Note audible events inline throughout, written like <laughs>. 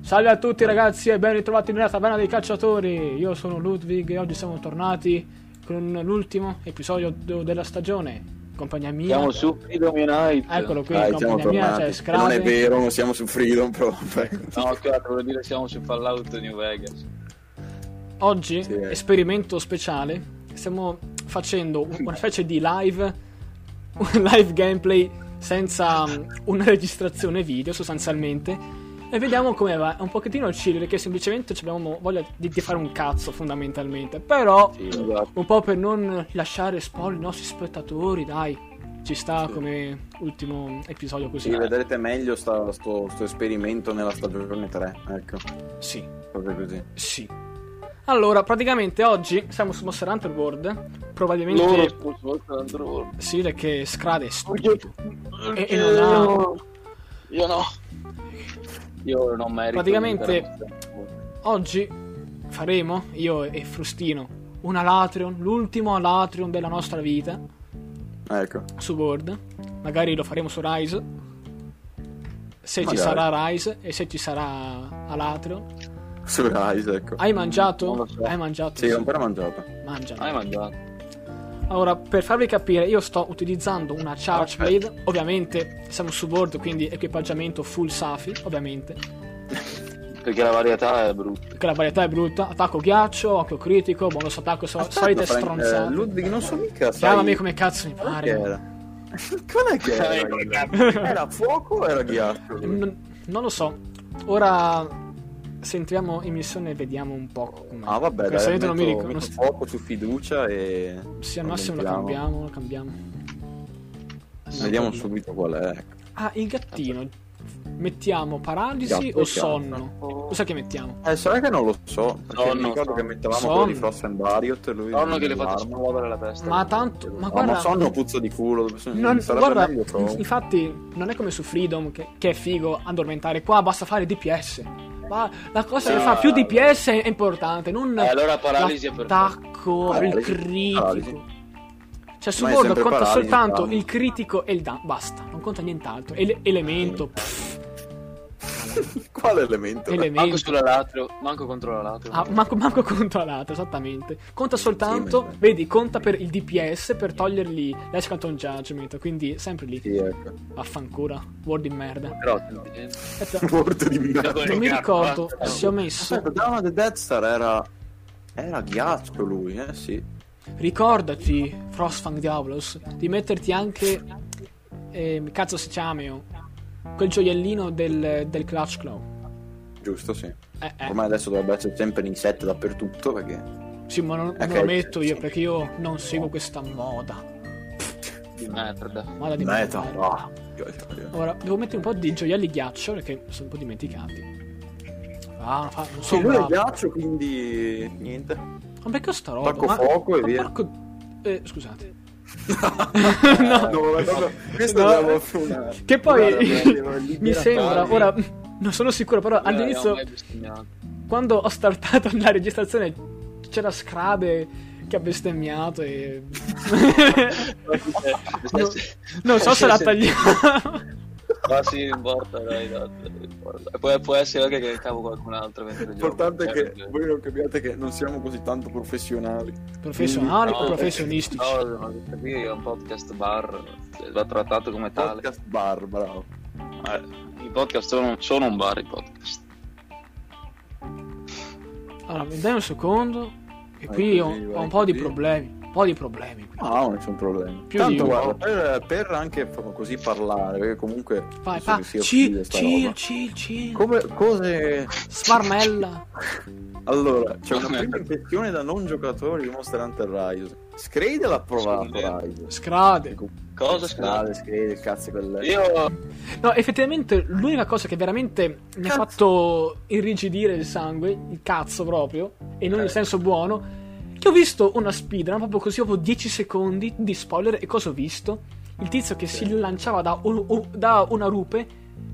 Salve a tutti ragazzi e ben ritrovati nella taverna dei cacciatori. Io sono Ludwig e oggi siamo tornati con l'ultimo episodio de- della stagione. Compagnia mia. Siamo su Freedom Unite. Eccolo qui, Dai, siamo compagnia mia, cioè, tornati. c'è E non è Scrave. vero, non siamo su Freedom proprio. ecco. No, cazzo, volevo dire siamo su Fallout New Vegas. Oggi, Sì, eh. esperimento speciale, stiamo facendo un- una specie di live, un live gameplay senza um, una registrazione video sostanzialmente. E vediamo come va. È un pochettino chill perché semplicemente ci abbiamo voglia di, di fare un cazzo fondamentalmente. Però, Sì, esatto. un po' per non lasciare spoiler i nostri spettatori, dai. Ci sta come ultimo episodio così. Sì, vedrete meglio sta- sto, sto esperimento nella stagione 3. Ecco, sì. proprio così. Sì. Allora, praticamente oggi siamo su Monster Hunter World. Probabilmente. Loro spostano l'altro mondo. Sì, perché Scrade è stupido. Perché- e non Io no. Io non merito. di Praticamente- vivere. Oggi faremo, io e Frustino, un Alatrion, l'ultimo Alatrion della nostra vita Ecco. <laughs> su World. Magari lo faremo su Rise. Se ci Magari. sarà Rise e se ci sarà Alatrion. Su Rise, ecco. Hai Non mangiato? lo so. Hai mangiato? Sì, l'ho ancora mangiata. Mangialo. Hai Ah, mangiato. Allora, per farvi capire, io sto utilizzando una Charge Blade. Ovviamente siamo su board, quindi equipaggiamento full Safi, ovviamente. Perché la varietà è brutta. Perché la varietà è brutta. Attacco ghiaccio, occhio critico, bonus attacco, so- Aspetta, solite Frank, eh, stronzate. Ludwig, non so mica. sai- Chiamami come cazzo mi Qual è pare. che era? <laughs> Qual è che era? era fuoco o era ghiaccio? Ehm, Non, non lo so. Ora se entriamo in missione e vediamo un po'. come- Ah, vabbè, Questo dai, momento metto, non mi ricordo. metto non- fuoco su fiducia e... Sì, al massimo lo aumentiamo. cambiamo, lo cambiamo. Vediamo subito qual è. ecco. Ah, il gattino. Mettiamo paralisi Gatto o e sonno? Cosa che mettiamo? Eh, sarà che non lo so, perché Sonno, mi ricordo sonno. che mettevamo Sonno. quello di Frost and Barriot e lui... Torno che le faccio l'arma. smuovere la testa. Ma tanto. Ma No, guarda. ma sonno puzza di culo, Non, non, sarebbe guarda, meglio inf- <laughs> troppo. infatti, non è come su Freedom che, che è figo addormentare. Qua basta fare DPS. Ma la cosa che Sì. fa più Esatto. DPS è importante, non Eh, allora paralisi è perfetto. l'attacco, il Paralisi, critico. paralisi. Cioè, su Ma è World sempre conta paralisi, soltanto bravo. il critico e il danno. Basta, non conta nient'altro. E elemento, pff, Quale elemento? Manco elemento. sulla latro, manco contro la latro. Ah, manco, manco conto all'altro, esattamente. Conta soltanto, ma- vedi, conta per il DPS per togliergli l'Escanton Judgment. Quindi, sempre lì. Sì, ecco. Vaffanculo, World di merda. Però eh, <laughs> Aspetta, Morto di Cioè, merda. non mi ricordo Basta, se ho messo. Aspetta, Dawn of the Dead Star era... Era ghiaccio lui, eh sì. Ricordati, Frostfang Diablos, di metterti anche. eh, cazzo si chiameo. Quel gioiellino del, del Clutch Claw. Giusto, sì. Eh, eh. Ormai adesso dovrebbe essere sempre l'insetto dappertutto perché... Sì, ma non, non Ok. lo metto io perché io non seguo questa moda. di <laughs> merda. Moda di Meta. merda. ah. Ora, devo mettere un po' di gioielli ghiaccio perché sono un po' dimenticati. Ah, non, fa, non Sì, sono lui è bravo. ghiaccio, quindi... Niente. Ma perché ho sta roba? Attacco Ma- fuoco e ma via. porco- eh, scusate. No, Eh, vabbè, proprio- Questo No. abbiamo una- Che Guarda, <laughs> poi libera- mi sembra, Dai. ora non sono sicuro, però all'inizio Eh, non ho mai bestemmiato. quando ho startato la registrazione c'era Scrabe che ha bestemmiato e... No, <laughs> non so se la <laughs> tagliamo. Ma sì, non importa, dai, no, non importa. E Poi può essere anche che cavo qualcun altro mentre gioco. L'importante è Cioè, che voi non capiate che non siamo così tanto professionali. Professionali no, o Ah, professionistici? No, no, questo qui è un podcast bar, cioè, va trattato come tale. Podcast bar, bravo. Eh, I podcast sono, sono un bar, i podcast. Allora, mi dai un secondo, che Vai qui così, ho, vai ho un po' di così. problemi, un po' di problemi qui. Ah, non c'è un problema. Più di Tanto uno. guarda, per, per anche proprio così parlare, perché comunque Vai, penso va, che sia chill, utile sta chill, roba. chill, chill. Come cose Smarmella. Allora, c'è una Come? prima impressione da non giocatore di Monster Hunter Rise. Screde l'ha provato Sì. Rise. Scrade. Cosa Screde, Screde, cazzo quel Io No, effettivamente l'unica cosa che veramente mi ha Cazzo. fatto irrigidire il sangue, il cazzo proprio, e non in senso buono, che ho visto una speedrun proprio così dopo 10 secondi di spoiler e cosa ho visto? Il tizio che si lanciava da, un- u- da una rupe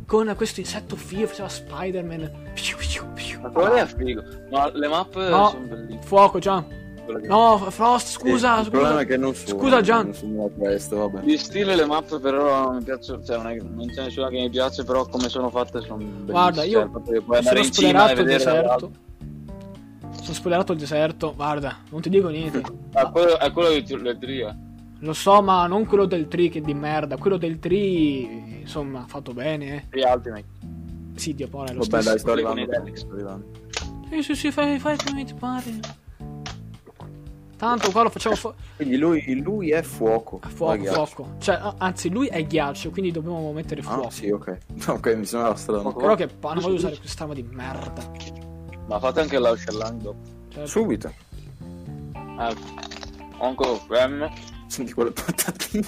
con questo insetto figo, faceva Spider-Man. Piu, piu, più. Ma quello è figo. Ma le mappe No. sono bellissime. Fuoco già. quello che- No, Frost, scusa, Eh, il problema scusa. è che non suona. Scusa, Gian. Non suona questo, vabbè. Gli stile e le mappe per ora non mi piacciono, cioè non, è- non c'è nessuna che mi piace, però come sono fatte sono bellissime. Guarda, io Cioè, proprio puoi Mi andare sono in cima e spoilerato certo. il vedere deserto. Sono spoilerato il deserto, guarda, non ti dico niente. È Ah, quello, è quello di Turletria. Lo so, ma non quello del Tree che è di merda. Quello del Tree, insomma, ha fatto bene. Gli Ultimate. eh. Sì, Dio poi è lo Vabbè, dai, stesso. sto arrivando. Con i Relics. Sto arrivando. Sì, sì, sì, fai, fai come ti pare. Tanto qua lo facciamo fu- Quindi lui, lui è fuoco. a non è fuoco, ghiaccio. fuoco. Cioè, a- anzi, lui è ghiaccio, quindi dobbiamo mettere fuoco. Ah, sì, ok. Ok, mi sembrava strano. Però che pa- non voglio usare quest'arma di merda. Ma fate anche la Shellang dopo. Cioè, Subito. Ah, Onco Fem. Senti <laughs> quelle patatine.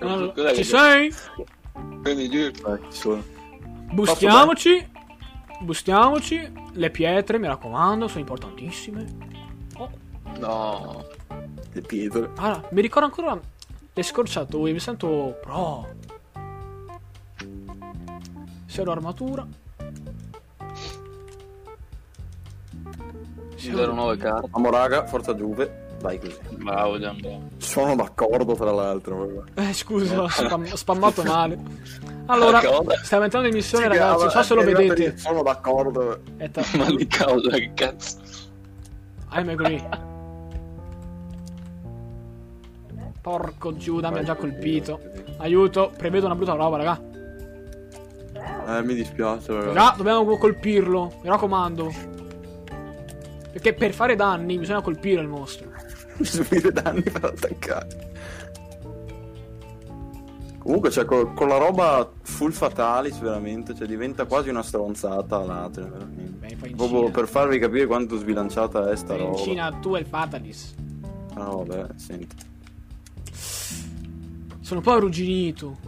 allora, Cos'è ci che- sei? Quindi giù. Dai, suona. Bustiamoci. Bustiamoci. Le pietre, mi raccomando, sono importantissime. No. Le pietre. Ah, mi ricordo ancora le scorciatoie, mi sento pro. Zero armatura. Ci sono nuove carte. Amo raga, forza Juve. Vai così. Bravo Giambo. Sono d'accordo, tra l'altro. vabbè. Eh, <laughs> scusa, ho spam- spammato male. Allora, Cosa? stiamo entrando in missione, Sì, Eh, ragazzi. Non vabbè, so se lo è arrivato lì, vedete. eh, Sono d'accordo. Aspetta, Ma di causa che cazzo. I'm agree. Porco Giuda, mi ha già colpito. Aiuto, prevedo una brutta roba, raga. Eh, mi dispiace, raga. <laughs> Raga, dobbiamo colpirlo, mi raccomando. Perché per fare danni bisogna colpire il mostro. subire danni per attaccare. Comunque, cioè, co- con, la roba full fatalis, veramente, cioè, diventa quasi una stronzata l'altra, veramente. Beh, poi in Proprio Cina. per farvi capire quanto sbilanciata è sta in roba. Cina tu e il Fatalis. Ah, vabbè, senti. Sono un po' arrugginito.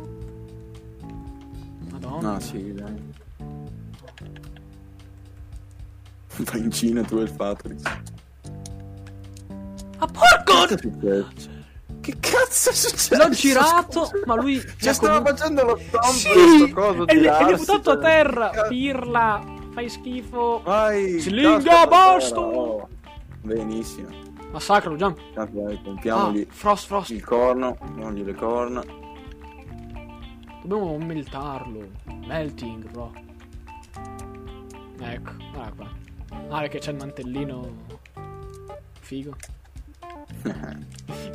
Madonna. Ah, sì, dai. <laughs> Vai in Cina tu e il fatalis. Ah, porco! Cosa è successo? Che cazzo è successo? L'ho girato, ma lui. Cioè, stava facendo lo stomp Sì! sto coso, E gli- e gli ho girarsi, buttato a cioè. terra. Cazzo. Pirla, fai schifo. Vai! Slinga, casca, basta! oh. Benissimo. Massacro, Gian. Tanto dai, Ah, pompiamogli frost, frost. il corno, pompiamogli le corna. Dobbiamo meltarlo. Melting, bro. Ecco, guarda qua. Ah, che c'è il mantellino. <laughs> Figo.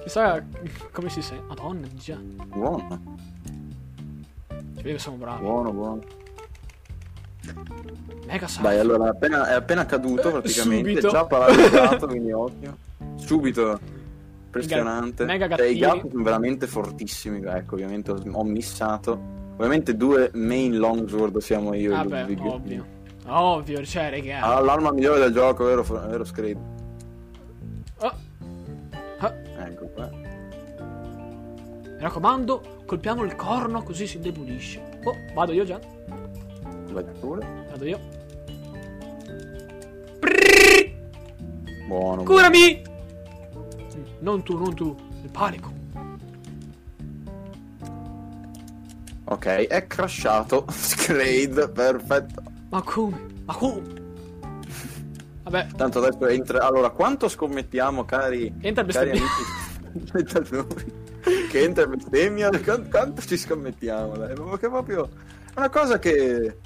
Chissà come si sente. Madonna, già. Cioè, Ci Buono, vede che siamo bravi. buono, buono. Mega salto. Dai, allora, appena- è appena caduto Eh, praticamente, subito. già <laughs> paralizzato, quindi occhio. Subito. Impressionante. Mega Cioè, I gattini. gatti sono veramente fortissimi, ecco, ovviamente ho, ho missato. Ovviamente due main longsword siamo io e Vabbè, Ludwig. ovvio. Ovvio, cioè, raga. Ah, l'arma migliore del gioco, vero, vero Scrape? Ah. Ah, Ecco qua. Mi raccomando, colpiamo il corno così si indebolisce. Oh, vado io già. Vai pure. Vado io. Prrrr. Buono. buono. Curami! Non tu, non tu. Il panico. Ok, è crashato. <laughs> Scrade, perfetto. Ma come? Ma come? Vabbè, Tanto adesso entra. Allora, quanto scommettiamo, cari, entra il cari bestemmia. amici spettatori, che entra in bestemmia? Quanto, quanto ci scommettiamo? Dai? Perché proprio è una cosa che.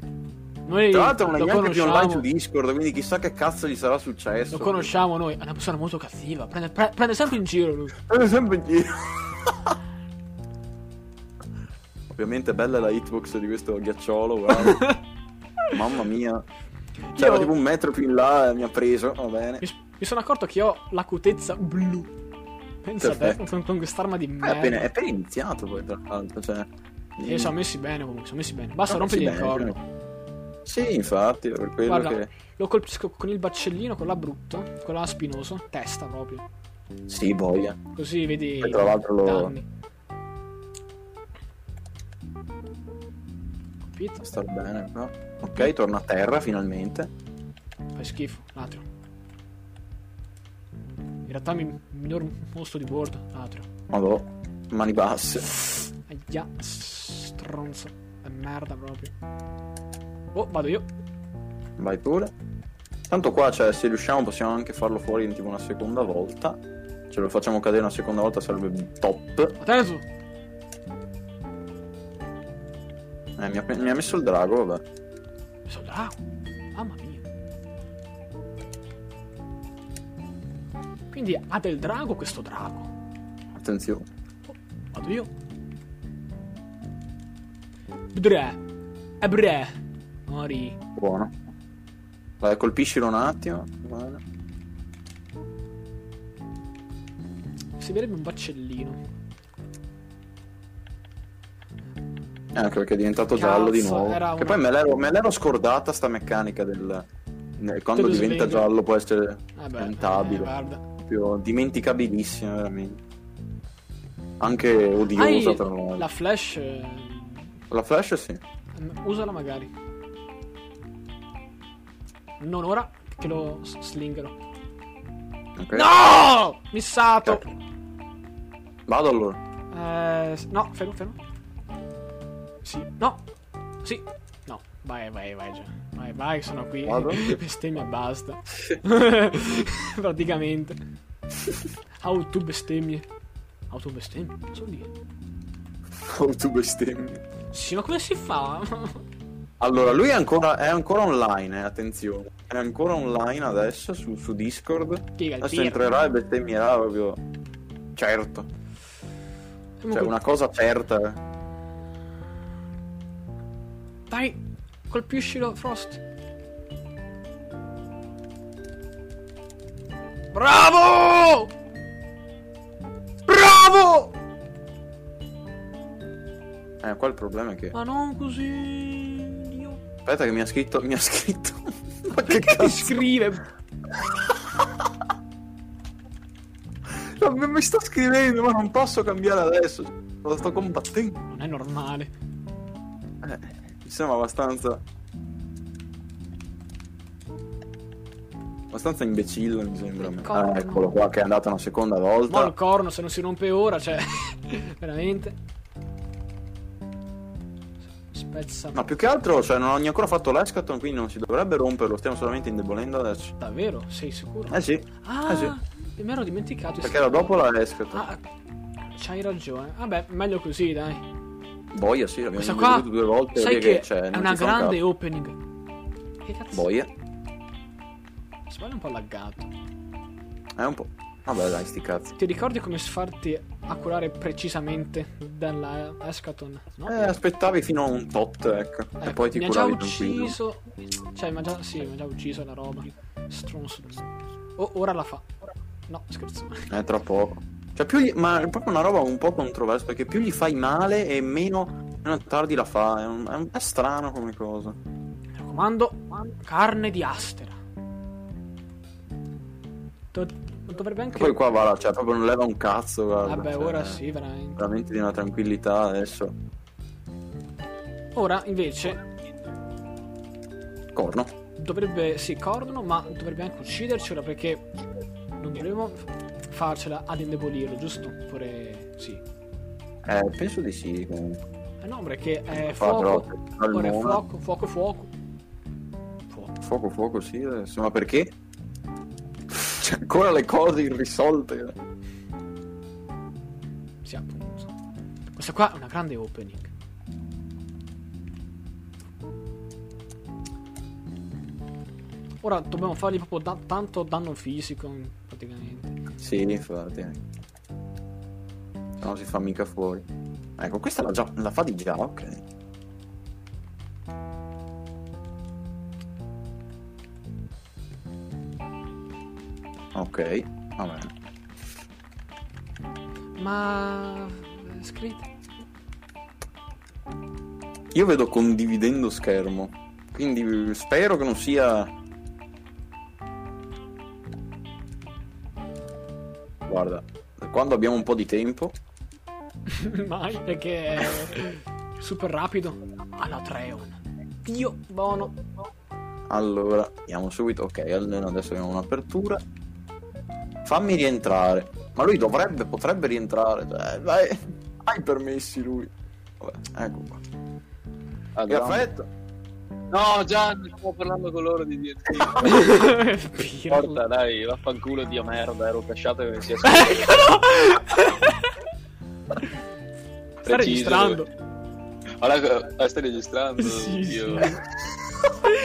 <laughs> Noi Tra l'altro, non è lo neanche più online su conosciamo. Discord, quindi chissà che cazzo gli sarà successo. Lo conosciamo noi. È una persona molto cattiva. Prende, pre- prende sempre in giro lui. <laughs> È sempre in giro. Ovviamente, bella la hitbox di questo <laughs> ghiacciolo. Guarda. Mamma mia. C'era Io- tipo un metro più in là e mi ha preso. Va bene. Mi, mi sono accorto che ho l'acutezza blu. Pensa a te, Perfetto. con, con quest'arma di È appena, è merda. appena iniziato poi, tra l'altro. Cioè, Sì, sono messi bene comunque, sono messi bene. Basta Sono rompergli il messi bene, corno. Sì, infatti, per quello Guarda. che... Lo colpisco con il baccellino, con la brutto, con la spinoso, testa proprio. Sì, boia. Così vedi E tra l'altro i lo- danni. Capito? Sta bene qua. Ok, torna a terra finalmente. Fai schifo, l'atrio. In realtà mi miglior mostro di bordo, l'atrio. Madò, mani basse. Aia, stronzo. È merda proprio. Oh, vado io. Vai pure. Tanto qua, cioè, se riusciamo possiamo anche farlo fuori in tipo una seconda volta. Ce lo facciamo cadere una seconda volta sarebbe top. Atteso! Eh, mi, ha, mi ha messo il drago, vabbè. Sono drago. Mamma mia. Quindi ha del drago questo drago. Attenzione. Vado io. Bre. E bre. Eh, Mori. Buono. Vai, colpiscilo un attimo. Bene. Si vedrebbe un baccellino. Eh, anche perché è diventato Cazzo, giallo di nuovo. era una- Che poi me l'ero, me l'ero scordata sta meccanica del... ne- Quando Te lo diventa svegli. giallo può essere Vabbè. Cantabile. eh, guarda. proprio dimenticabilissima, veramente. Anche odiosa, Hai tra l'altro. la La... flash. eh, flash sì. Usala magari. Non ora, che lo s- slingano. Ok. No! Missato! Vado allora. <laughs> Eh, s- no, fermo, fermo. Sì, no. Sì, no. Vai, vai, vai già. Vai, vai, sono qui. Vado? <laughs> Bestemmia, <laughs> basta. Praticamente. Autobestemmie. Autobestemmie? Cosa vuol dire? Oh, tu bestemmi. Sì, ma come si fa? <laughs> Allora, lui è ancora, è ancora online, eh, attenzione. È ancora online adesso su, su Discord. Piega il Adesso tiro. entrerà e bestemmierà proprio. Certo. Cioè, Comunque, una cosa certa. eh. Dai, colpiscilo, Frost. Bravo! Bravo! Eh, qua il problema è che. Ma non così. Dio. Aspetta, che mi ha scritto. Mi ha scritto. <laughs> Ma <laughs> Perché che ti cazzo? scrive? No, mi- mi sta scrivendo, ma non posso cambiare adesso. Lo sto combattendo. Non è normale. Eh, mi sembra abbastanza. Abbastanza imbecille, mi sembra. a me. D'accordo. Ah, eccolo qua che è andato una seconda Ma volta. il corno se non si rompe ora, cioè. <laughs> Veramente. Spezza. Ma più che altro, cioè, non ho neanche ancora fatto l'escaton, quindi non si dovrebbe romperlo. Stiamo solamente indebolendo adesso. Davvero? Sei sicuro? Eh sì, Ah, eh sì. mi ero dimenticato. perché era dopo la escaton. Ah, c'hai ragione. Vabbè, meglio così, dai. Boia, sì, l'abbiamo Questa qua, veduto due volte. sai vedi che, cioè, non è ci una fa un grande cazzo. opening. Che cazzo? Boia, Sbaglio un po' laggato. è Eh, un po'. Vabbè, dai, sti cazzi. Ti ricordi come farti accurare precisamente dalla Escaton? No? Eh, aspettavi fino a un tot, ecco. e Ecco, poi ti mi ha già curavi tranquillo. ucciso. Cioè, mi ha già, sì, mi ha già ucciso la roba. Stronzo. Oh, ora la fa. No, scherzo. Eh, tra poco. Cioè, più gli- Ma è proprio una roba un po' controversa, perché più gli fai male e meno, meno tardi la fa. È, un- è un- è strano come cosa. Mi raccomando, carne di astera. Do- dovrebbe E anche. poi qua va, là, cioè, proprio non leva un cazzo, guarda. Vabbè, cioè, ora sì, veramente. Veramente di una tranquillità adesso. Ora invece Corno. dovrebbe, sì, corno, ma dovrebbe anche uccidercela perché non dovremmo f- farcela ad indebolirlo, giusto? Oppure sì. Eh, penso di sì. comunque. Eh no, perché è Fa fuoco. troppo, fa il Ora è mono. fuoco, fuoco, fuoco. Fuoco. Fuoco, fuoco, sì. Adesso. Ma perché? C'è ancora le cose irrisolte. Sì, appunto. Questa qua è una grande opening. Ora dobbiamo fargli proprio da- tanto danno fisico, praticamente. Sì, infatti. Se No, si fa mica fuori. Ecco, questa la, già- la fa di già, ok. Ok, va bene. Ma... eh, Scritte. Io vedo condividendo schermo, quindi spero che non sia... Guarda, quando abbiamo un po' di tempo... <laughs> Mai, perché è super rapido. Alla Treon. Dio, buono. Allora, andiamo subito. Ok, almeno adesso abbiamo un'apertura. Fammi rientrare. Ma lui dovrebbe, potrebbe rientrare. Cioè, vai, hai permessi lui. Vabbè, ecco qua. Ah, Perfetto. No, Gianni, stavo parlando con loro di <laughs> DT. Porta, dai, vaffanculo, dio merda, ero casciato che mi sia <laughs> Sta registrando. Allora, eh, stai registrando? Sì, <laughs> Dio. sì.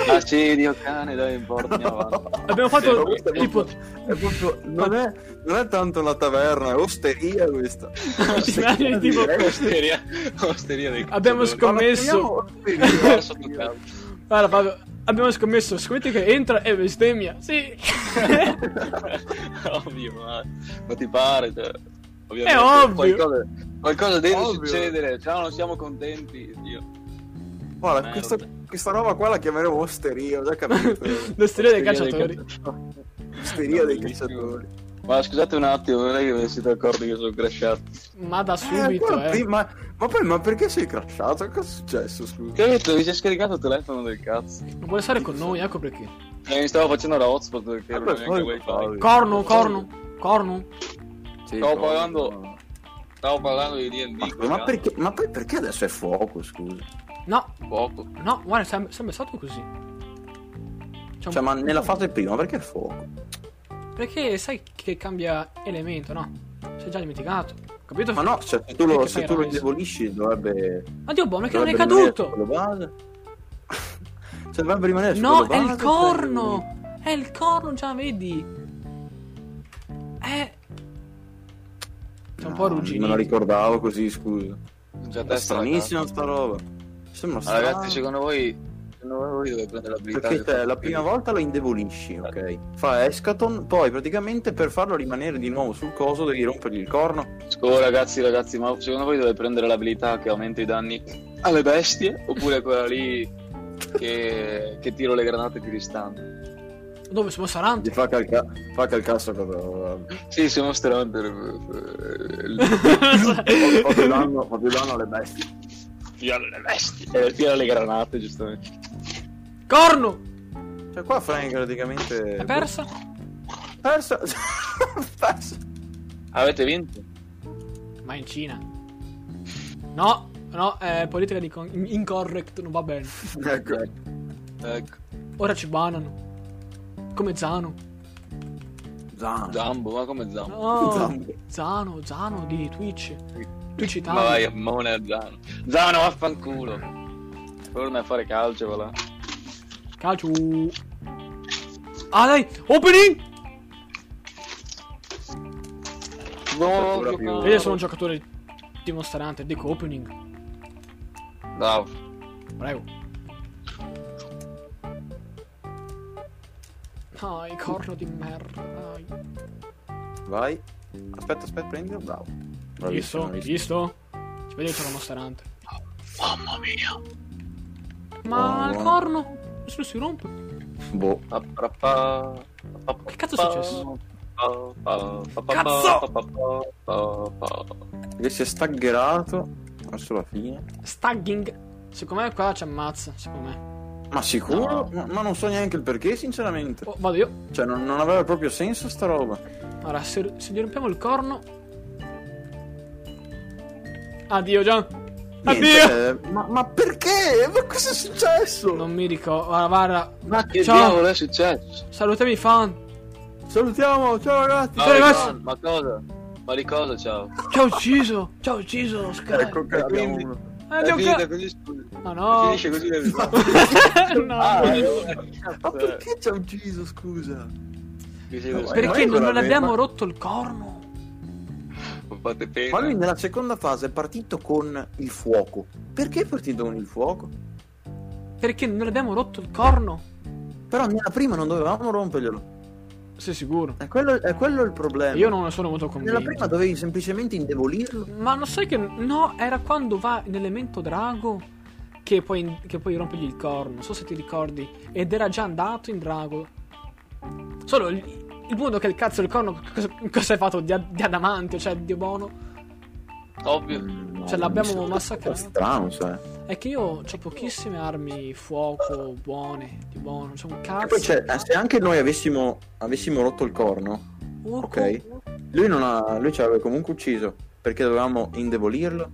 Ah sì, dio cane, dai, non porta, andiamo avanti. Abbiamo fatto Sì, ma- tipo È proprio- non, è, non è tanto la taverna, è osteria questa. Osteria, tipo- Osteria, osteria dei Abbiamo cazzo, scommesso. <laughs> guarda, sotto cazzo. Guarda, Fabio, <laughs> abbiamo scommesso Squid che entra e bestemmia. Sì. <laughs> ovvio, ma, ma ti pare? Cioè, ovviamente È ovvio. Qualcosa, qualcosa deve Ovvio. succedere, se no non siamo contenti. Dio. Guarda, questa, Merda. questa roba qua la chiameremo osteria, ho <laughs> già capito. L'osteria Osteria dei cacciatori. cacciatori. osteria No, dei bellissimo. cacciatori. Ma scusate un attimo, non è che vi siete accorti che sono crashato. Ma da Eh, subito, guarda, eh. ma, ma poi, ma perché sei crashato? Cosa è successo, scusa? Che ho detto, mi si è scaricato il telefono del cazzo. Non vuole stare con noi, ecco perché. Eh, mi stavo facendo la hotspot perché Ah, non avevo neanche poi- wifi. Corno, corno, corno. Sì, Stavo poi- pagando- Stavo parlando di D&D. Ma, col ma cazzo. perché, ma poi perché adesso è fuoco, scusa? No, Poco. no, guarda, è sem- sempre stato così. C'è un- Cioè, ma nella fase prima perché è fuoco? Perché sai che cambia elemento, no? Sei già dimenticato. Capito? Ma no, cioè, se tu Perché lo, fai se tu lo rabbia? indebolisci dovrebbe... Addio, buono, boh, che non è dovrebbe rimanere caduto. sulla base. <laughs> cioè, dovrebbe rimanere No, sulla è il base, cioè, poi- corno. È il corno, già vedi. Eh. C'è un po' No, ruggine. Me la ricordavo così, scusa. Già testa la È cazzo. stranissima sta roba. Sembra Ma strano. ragazzi, secondo voi... Secondo voi voi dovete prendere l'abilità? Perché del- te la prima volta lo indebolisci, ok? Fa escaton, poi praticamente per farlo rimanere di nuovo sul coso devi rompergli il corno. Oh, ragazzi, ragazzi, ma secondo voi dovete prendere l'abilità che aumenta i danni alle bestie? Oppure quella lì che, che tiro le granate più distanti? Dove sono Sarante? <laughs> Ti fa, calca- fa calcasso proprio. Sì, eh, sono stronzo. Tiro Fa più danno, fa più danno alle bestie. le bestie. Eh, Tiro le granate, giustamente. Corno! Cioè qua Frank praticamente... È persa? <laughs> Persa. persa. Avete vinto? Ma in Cina. No, no, è politica di con- in- incorrect, non va bene. Ecco. Ecco. Ora ci banano. Come Zano. Zan. Zambo, ma come Zambo? No. Zambo. Zano, Zano di Twitch. Twitch Ma vai, Italia. a Mone a Zano. Zano, vaffanculo. Torna a fare calcio, va là. Calcio. Ah dai, opening! No, Ancora più. Vedi, sono un giocatore dimostrante, dico opening. Bravo. Prego. Dai, corno di merda. Dai. Vai. Aspetta, aspetta, prendilo. Bravo. Visto? Bravissimo, bravissimo. Visto? Ci vedi che sono mostrante. Mamma mia. Ma Oh. il corno? Nessuno si rompe. Boh. Che Che cazzo è Oh. successo? Cazzo! Che si è staggerato verso la fine. Stagging. Secondo me qua ci ammazza, secondo me. Ma sicuro? No. Ma, ma non so neanche il perché, sinceramente. Oh, vado io. Cioè, non, non aveva proprio senso sta roba. Allora, se, se gli rompiamo il corno... Addio, Gian. Addio. Niente, eh, ma, ma perché? Ma cosa è successo? Non mi ricordo. Guarda, guarda. Ma che Ciao. diavolo è successo? Salutami i fan. Salutiamo, ciao ragazzi. Ciao, ragazzi. John, ma cosa? Ma di cosa ciao? Ci ha ucciso. Ci ha ucciso lo Sky. Ecco che E abbiamo quindi- uno. Eh, È Gian, finita che- così scusa. Ma no. Finisce così la <laughs> vita. no. Ah, eh, Ma cazzo, eh. perché ci ha ucciso, scusa? Mi siete No, sbagliati. Perché non, non veramente, abbiamo ma- rotto il corno? Fate pena. Ma lui nella seconda fase è partito con il fuoco. Perché è partito con il fuoco? Perché non abbiamo rotto il corno? Però nella prima non dovevamo romperglielo. Sei sicuro? È quello, è quello il problema. Io non ne sono molto Nella convinto. prima dovevi semplicemente indebolirlo. Ma non sai che. No, era quando va in elemento drago che poi, che poi rompegli il corno. Non so se ti ricordi. Ed era già andato in drago. Solo il, il punto è che il cazzo del corno. Cosa, cosa hai fatto? Di, ad- di adamantio, cioè Dio buono. Ovvio. <laughs> Mm, Cioè, l'abbiamo massacrato. È strano, cioè. È che io ho pochissime armi fuoco buone. Di buono. C'è un E poi cazzo. c'è, eh, se anche noi avessimo, avessimo rotto il corno, Urco. ok? Lui, non ha, lui ci aveva comunque ucciso perché dovevamo indebolirlo.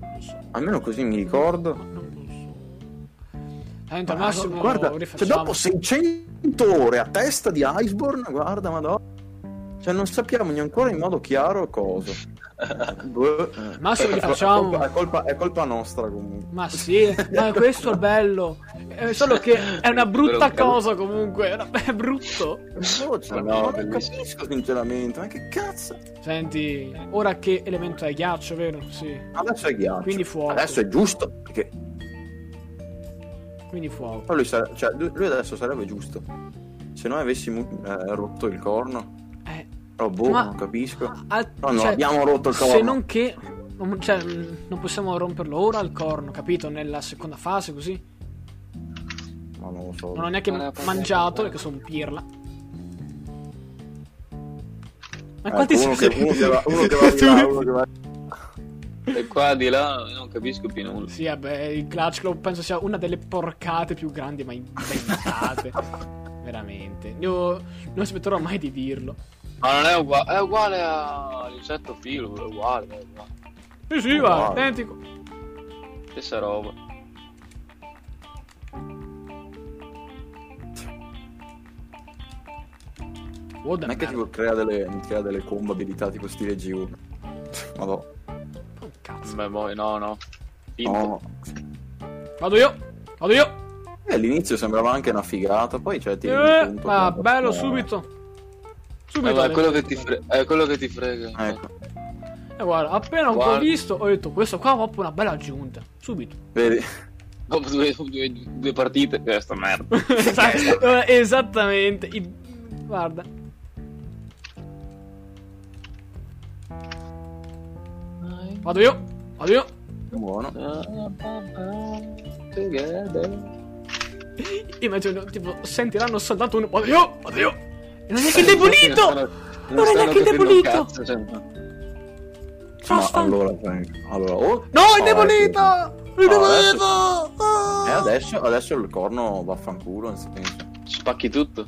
Non so. Almeno così mi ricordo. Non lo so. Tanto al Ma no, massimo guarda, cioè rifacciamo. dopo 600 ore a testa di Iceborne, guarda, madonna. Cioè non sappiamo neanche ancora in modo chiaro cosa. Boh. Ma se lo È col- rifacciamo- È colpa, è, colpa, è colpa nostra comunque. Ma sì, ma è questo è il bello. È solo che è una brutta Però- cosa comunque, è una- è brutto. No, cioè, Ma no, non bellissimo. capisco sinceramente, ma che cazzo? Senti, ora che elemento è ghiaccio, vero? Sì, Adesso è ghiaccio. Quindi fuoco. Adesso è giusto, perché quindi fuoco. poi lui, sare- cioè, lui- lui adesso sarebbe giusto. Se noi avessimo eh, rotto il corno, Eh, però boh, Ma- non capisco. al- No, no, cioè, abbiamo rotto il corno. Se non che non, cioè, mh, non possiamo romperlo ora al corno, capito? Nella seconda fase così. Ma non lo so. Non ho neanche Non è- mangiato perché sono pirla. Ma Ecco, quanti uno, che, <laughs> uno che va, uno che va di là, uno che va E qua di là non capisco più nulla. Sì, vabbè, il Clutch Club penso sia una delle porcate più grandi mai <laughs> inventate. Veramente. Io non aspetterò mai di dirlo. Ma non è uguale, è uguale a- all'insetto filo, è uguale, è uguale. Sì, sì, Oh, va, wow. identico. Stessa roba. Oh, da Non è merda. che tipo crea delle, crea delle combo abilità tipo stile <laughs> G1. Madò. Oh, cazzo. Beh, poi boh, no, no. Finto. No. Vado io. Vado io. Eh, all'inizio sembrava anche una figata, poi cioè ti rendi Eh, conto ma che- bello eh, subito. Eh, Subito. ma è Ale. quello che ti fre- è quello che ti frega. Ecco, Eh, guarda, appena un po' Guarda. visto, ho detto questo qua è proprio una bella aggiunta. Subito. vedi? <laughs> Dopo due, due- due partite, eh, sta <laughs> merda. Esatto, Esattamente. I- Guarda. Vado io. Vado io. Buono. Immagino, tipo, sentiranno soltanto uno. Vado io. Vado io. E non è che debolito. Non è neanche indebolito! cioè, Ma Trust fund. allora, cioè, allora oh, No, è oh, indebolito. Ah, ecco. È indebolito. Ah! E Eh, adesso, adesso il corno vaffanculo, nel senso. Spacchi tutto.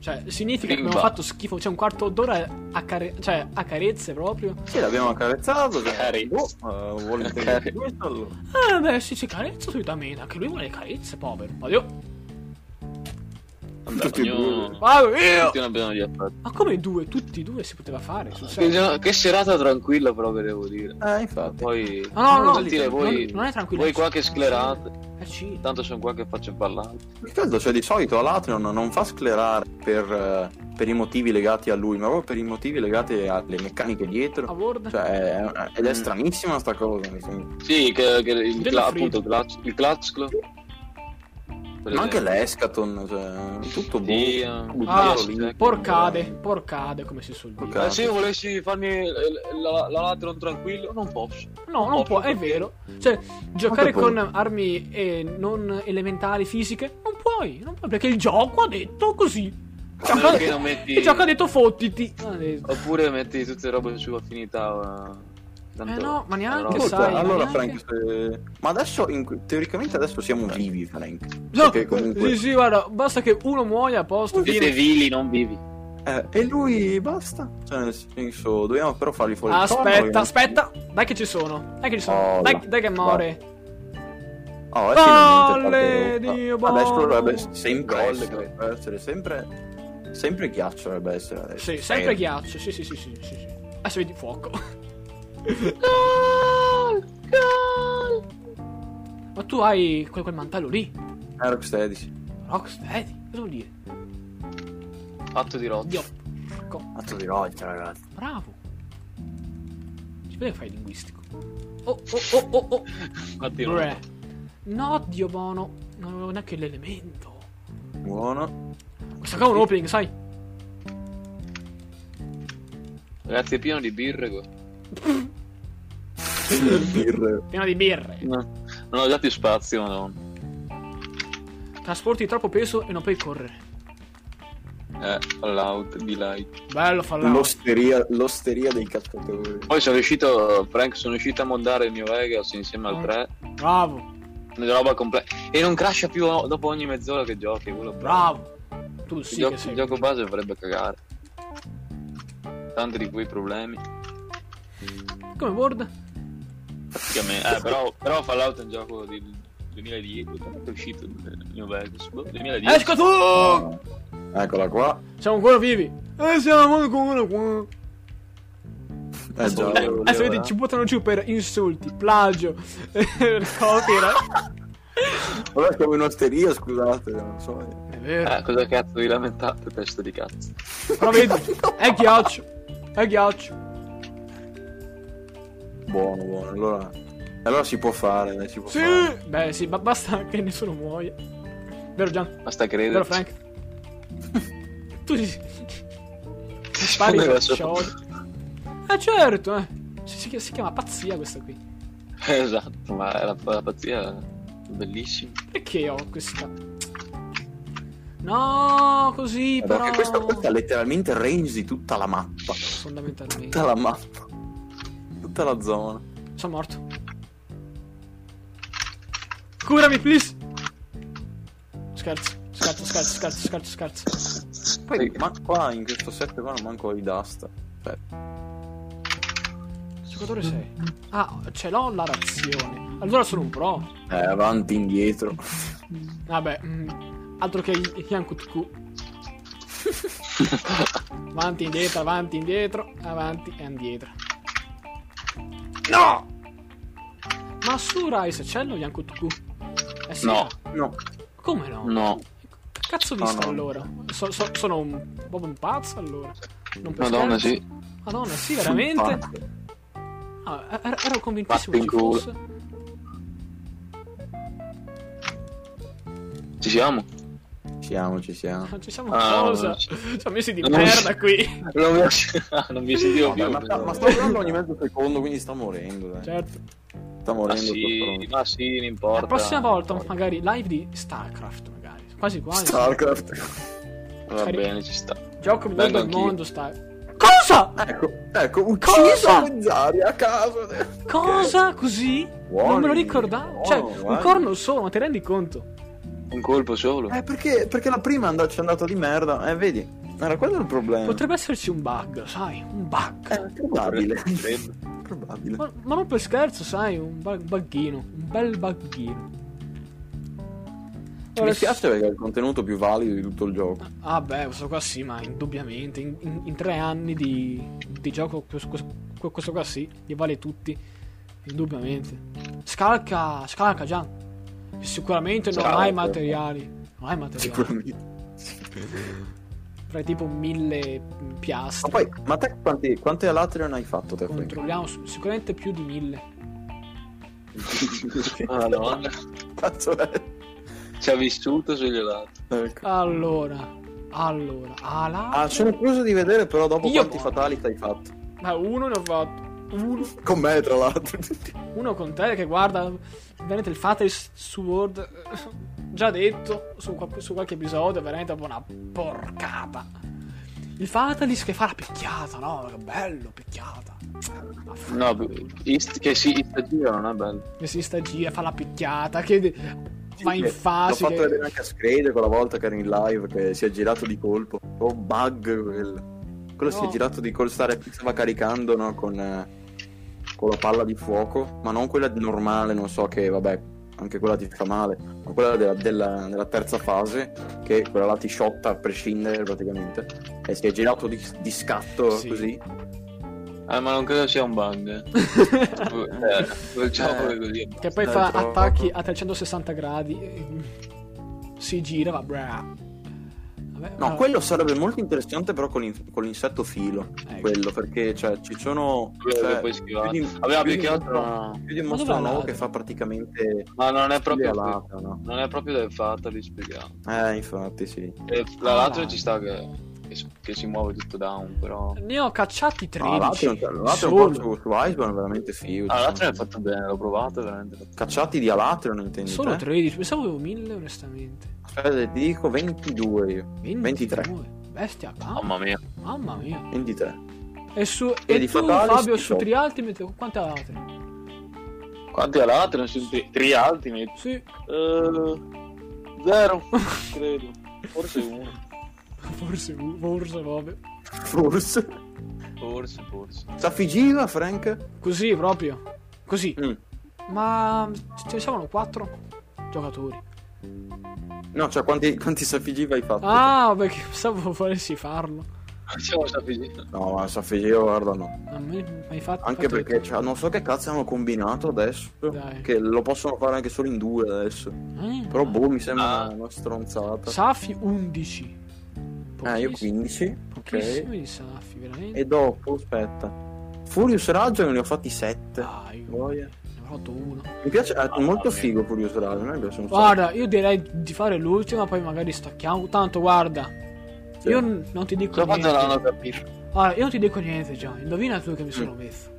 Cioè, significa che Bimba. abbiamo fatto schifo. C'è un quarto d'ora a, care- cioè, a carezze proprio. Sì, l'abbiamo accarezzato. cioè, Carezza. Oh, eh, <laughs> vuole intendere questo allora. Eh, beh, sì, sì, carezza solitamente. Anche lui vuole le carezze, povero. Vado io. Vabbè, Tutti e ognuno... Vado io. Tutti ne abbiamo gli affetti. Ma come i due? Tutti e due si poteva fare. Sul Che, serio. gio- che serata tranquilla però che devo dire. Eh, infatti. Poi... No, no, no, Sentire non- voi... non è tranquilla. Voi qua che sclerate. Eh sì. Tanto sono qua che faccio parlare. Più che altro, cioè, di solito Alatrion non fa sclerare per, eh, per i motivi legati a lui, ma proprio per i motivi legati alle meccaniche A dietro. Word. Cioè, è- ed è Mm. stranissima sta cosa. mi sembra. Sì, che, che il, Della cla- Frida. appunto, il clutch, il clutch club. Per Ma anche esempio. l'escaton, cioè, tutto buono. Sì, eh. Ah, sì, sì. porcade. Porcade, come si suol dire. Porcade. Eh, se io volessi farmi l- la, la Latron tranquillo, non posso. No, non può, è vero. Cioè, giocare puoi? con armi eh, non elementali fisiche non puoi, non puoi perché il gioco ha detto così. A meno che non metti- Il gioco ha detto fottiti. Ah, Ha detto- Oppure metti tutte le robe su affinità. Eh, Eh no, ma neanche, roba- Che Ascolta, sai, allora, neanche- Frank, se- ma adesso, in- teoricamente, adesso siamo vivi, Frank. No, Perché comunque. Sì, sì, guarda, basta che uno muoia a posto. Siete fine. vili, non vivi. Eh, e lui basta. Cioè, nel senso, dobbiamo però farli fuori. il corno, Aspetta, dobbiamo- aspetta. Dai che ci sono. Dai che ci sono. Oh, Dai, là. dai che muore. Oh, è Palle finalmente partito. di Adesso Obama. dovrebbe sempre Gol, essere, credo. dovrebbe essere sempre. Sempre ghiaccio dovrebbe essere adesso. Sì, sempre Eh, ghiaccio. Sì, sì, sì, sì, sì, sì. Adesso vedi fuoco. Ma tu hai quel, quel mantello lì. eh, Rocksteady, sì. Rocksteady. Cosa vuol dire? Fatto di rotta. Dio. Ecco. Cazzo di roccia, ragazzi. Bravo. Ci vede che fai il linguistico. Oh, oh, oh, oh, oh. Fatti di Bre. rotta. No, Dio bono. Non avevo neanche l'elemento. Buono. Questo qua è un opening, sai? Ragazzi, è pieno di birre. qua. <laughs> Birre. Pieno di birre. No, Non ho già più spazio, madonna. Trasporti troppo peso e non puoi correre. Eh, Fallout, di like. Bello Fallout. L'osteria, l'osteria dei cascatori. Poi sono riuscito, Frank, sono riuscito a moddare il mio Vegas insieme Oh. al 3. Bravo. Una roba completa. E non crasha più o- dopo ogni mezz'ora che giochi. Quello Bravo. Tu Il, sì gioco, che sei. il gioco base dovrebbe cagare. Tanti di quei problemi. Come Word? Praticamente. Eh, però, però Fallout è un gioco di, di 2010, quando è uscito il mio Vegas? Boh, 2010. Esco tu! Eccola qua. Siamo ancora vivi. E siamo ancora qua. Eh già. Eh, volevo- Adesso vedi, ci buttano giù per insulti, plagio, <laughs> copyright. Vabbè, siamo in osteria, scusate, non so. È vero. Ah, cosa cazzo vi lamentate, testa di cazzo? Però vedi, è ghiaccio. È ghiaccio. Buono, buono. Allora, allora si può fare, dai, si può Sì. fare. Beh, sì, ma basta che nessuno muoia. Vero Gian? Basta Vero credere. Frank? tu ci Ti pari spari da solo. Eh certo, eh. Si, si chi- si chiama pazzia questa <laughs> qui. Esatto, ma la, la pazzia è bellissima. Perché ho questa? No, così Guarda, però... che Eh, questa, questa è letteralmente il range di tutta la mappa. Fondamentalmente. Tutta la mappa. Tutta la zona. Sono morto. Curami, please. Scherzo, scherzo, scherzo, scherzo, scherzo, scherzo. Poi, Sì. ma qua in questo set qua non manco i dust. Cioè, Che giocatore sei? Ah, ce l'ho la razione. Allora sono un pro. eh, avanti, indietro. Vabbè, mm, altro che <laughs> Yankutku. avanti, indietro, avanti, indietro, avanti e indietro. No! Ma su Rice c'è lo Yankutku? Eh sì. No. Mm. No. Come no? No, Che cazzo ho No, visto no. allora? So- so- sono un, proprio un pazzo allora. Non per madonna scherzo. sì. Madonna, sì, veramente. Ah, er- er- ero convintissimo che Vatti ci in culo. fosse. Ci siamo? Ci siamo, ci siamo. Non ci siamo Ah, cosa. no. Ci siamo messi di Non- merda qui. Non mi, ah, non mi <laughs> sentivo più. Vabbè, ma, sta, ma sta durando ogni mezzo secondo, quindi sta morendo. Dai. Certo. Sta Ma morendo. sì, tutto. ma sì, non importa. La prossima volta magari live di StarCraft magari. Quasi quasi. Starcraft. Va bene, ci sta. Gioco migliore Vengo del anch'io. mondo Star. Cosa? Ecco, ecco, Cosa? ucciso Zari a caso. Cosa così? non me lo Buoni. eh. ricordavo. Buono, cioè, un guarda. corno solo, ma ti rendi conto? Un colpo solo. Eh, perché, perché la prima è andata- ci è andata di merda. Eh, vedi. Era quello il problema. Potrebbe esserci un bug, sai? Un bug. Eh, probabile. Potrebbe. probabile. Ma, ma non per scherzo, sai, un bug- buggino, un bel buggino. Mi piace perché è il contenuto più valido di tutto il gioco. Ah beh, questo qua sì, ma indubbiamente, in, in- in tre anni di, di gioco questo, questo- questo qua sì, li vale tutti, indubbiamente. Scalca, scalca già. Sicuramente non Ciao. hai materiali. Non hai materiali. Sicuramente. Fra tipo mille Ma piastre. poi, ma te quanti, quante Alatrion hai fatto te? Frank? Controlliamo su- sicuramente più di mille. Madonna. Cazzo è? Ci ha vissuto sugli lati. Ecco. Ah, Allora, allora, ala. Ah, sono curioso di vedere però dopo Io- quanti fatali hai fatto. Ma uno ne ho fatto. Uno. Con me, tra l'altro. Uno con te che guarda veramente il Fatal Sword eh, già detto su, qua- su qualche episodio è veramente una porcata il Fatalis che fa la picchiata no che bello picchiata No, ist- che si istagira non è bello. che si stagia fa la picchiata che de- va in L'ho fase fatto che- <laughs> vedere anche a Screde quella volta che ero in live, che si è girato di colpo. Oh, bug quello. Quello si No. è girato di colpo, stare, stava caricando, no, con, eh, con la palla di fuoco, ma non quella normale, non so che, vabbè, anche quella ti fa male, ma quella della, della- della terza fase, che quella là ti sciotta a prescindere praticamente. E si è girato di, di scatto Sì. così. Eh, ma non credo sia un bug. Eh, eh, facciamo Eh. così. che poi Dai, fa troppo. attacchi a 360 gradi eh, si gira va brah. Vabbè, No, ma- quello sarebbe molto interessante però con, l'in- con l'insetto filo, Ecco. quello, perché cioè, ci sono Quello cioè, che puoi schivare. più di- Aveva più più di- che altro. più di un Ma mostro dov'è nuovo l'altro? che fa praticamente Ma non è proprio. le alate, no? Non è proprio del fatto, li spieghiamo. Eh, infatti sì. E, tra Ah, l'altro là. ci sta che, che si- che si muove tutto down, però. ne ho cacciati No, cioè, l'altro 13 l'altro solo. un po' su, su Iceborne è veramente figo. Ah, l'altro diciamo. è fatto bene, l'ho provato, è veramente fatto Cacciati di Alatrio, non intendi Solo te? 13, pensavo avevo 1000 onestamente. Aspetta, ti dico 22 io. 23. 23. Bestia, bene. mamma, Mamma mia. mamma mia. 23. E, su, E e, di tu, Fatalis Fabio, chi su so? Trialti metti quante altre? Quanti alati? Non sono tri, tri alti, ne- Sì, <laughs> Eh, zero, credo. Forse uno. forse, forse, vabbè. Forse. Forse, forse. Safigiva, Frank? Così proprio. Così. Mm. Ma ce ne sono 4? giocatori. No, cioè quanti, quanti SFG hai fatto? Ah, perché pensavo volessi farlo. Facciamo sta figlia. No, ma SFG io guarda no. A me mi hai fatto... Anche fatto- perché cioè, non so che cazzo hanno combinato adesso. Dai. Che lo possono fare anche solo in due adesso. Eh, Però boh, mi sembra Ah. una stronzata. Safi 11. eh, io Pochissimi- 15. Ok. Pochissimi di Safi, veramente. E dopo, aspetta. Furious Raggio ne ho fatti 7. Dai, Boia. ne ho fatto uno. Mi piace, è Ah, vabbè. molto figo Furious Raggio, a me piace un sacco. Guarda, io direi di fare l'ultima, poi magari stacchiamo. Tanto, guarda, Sì. io n- non ti dico Cosa faccio? Non niente. ho capito. Guarda, io non ti dico niente già. Indovina tu che mi sono messo.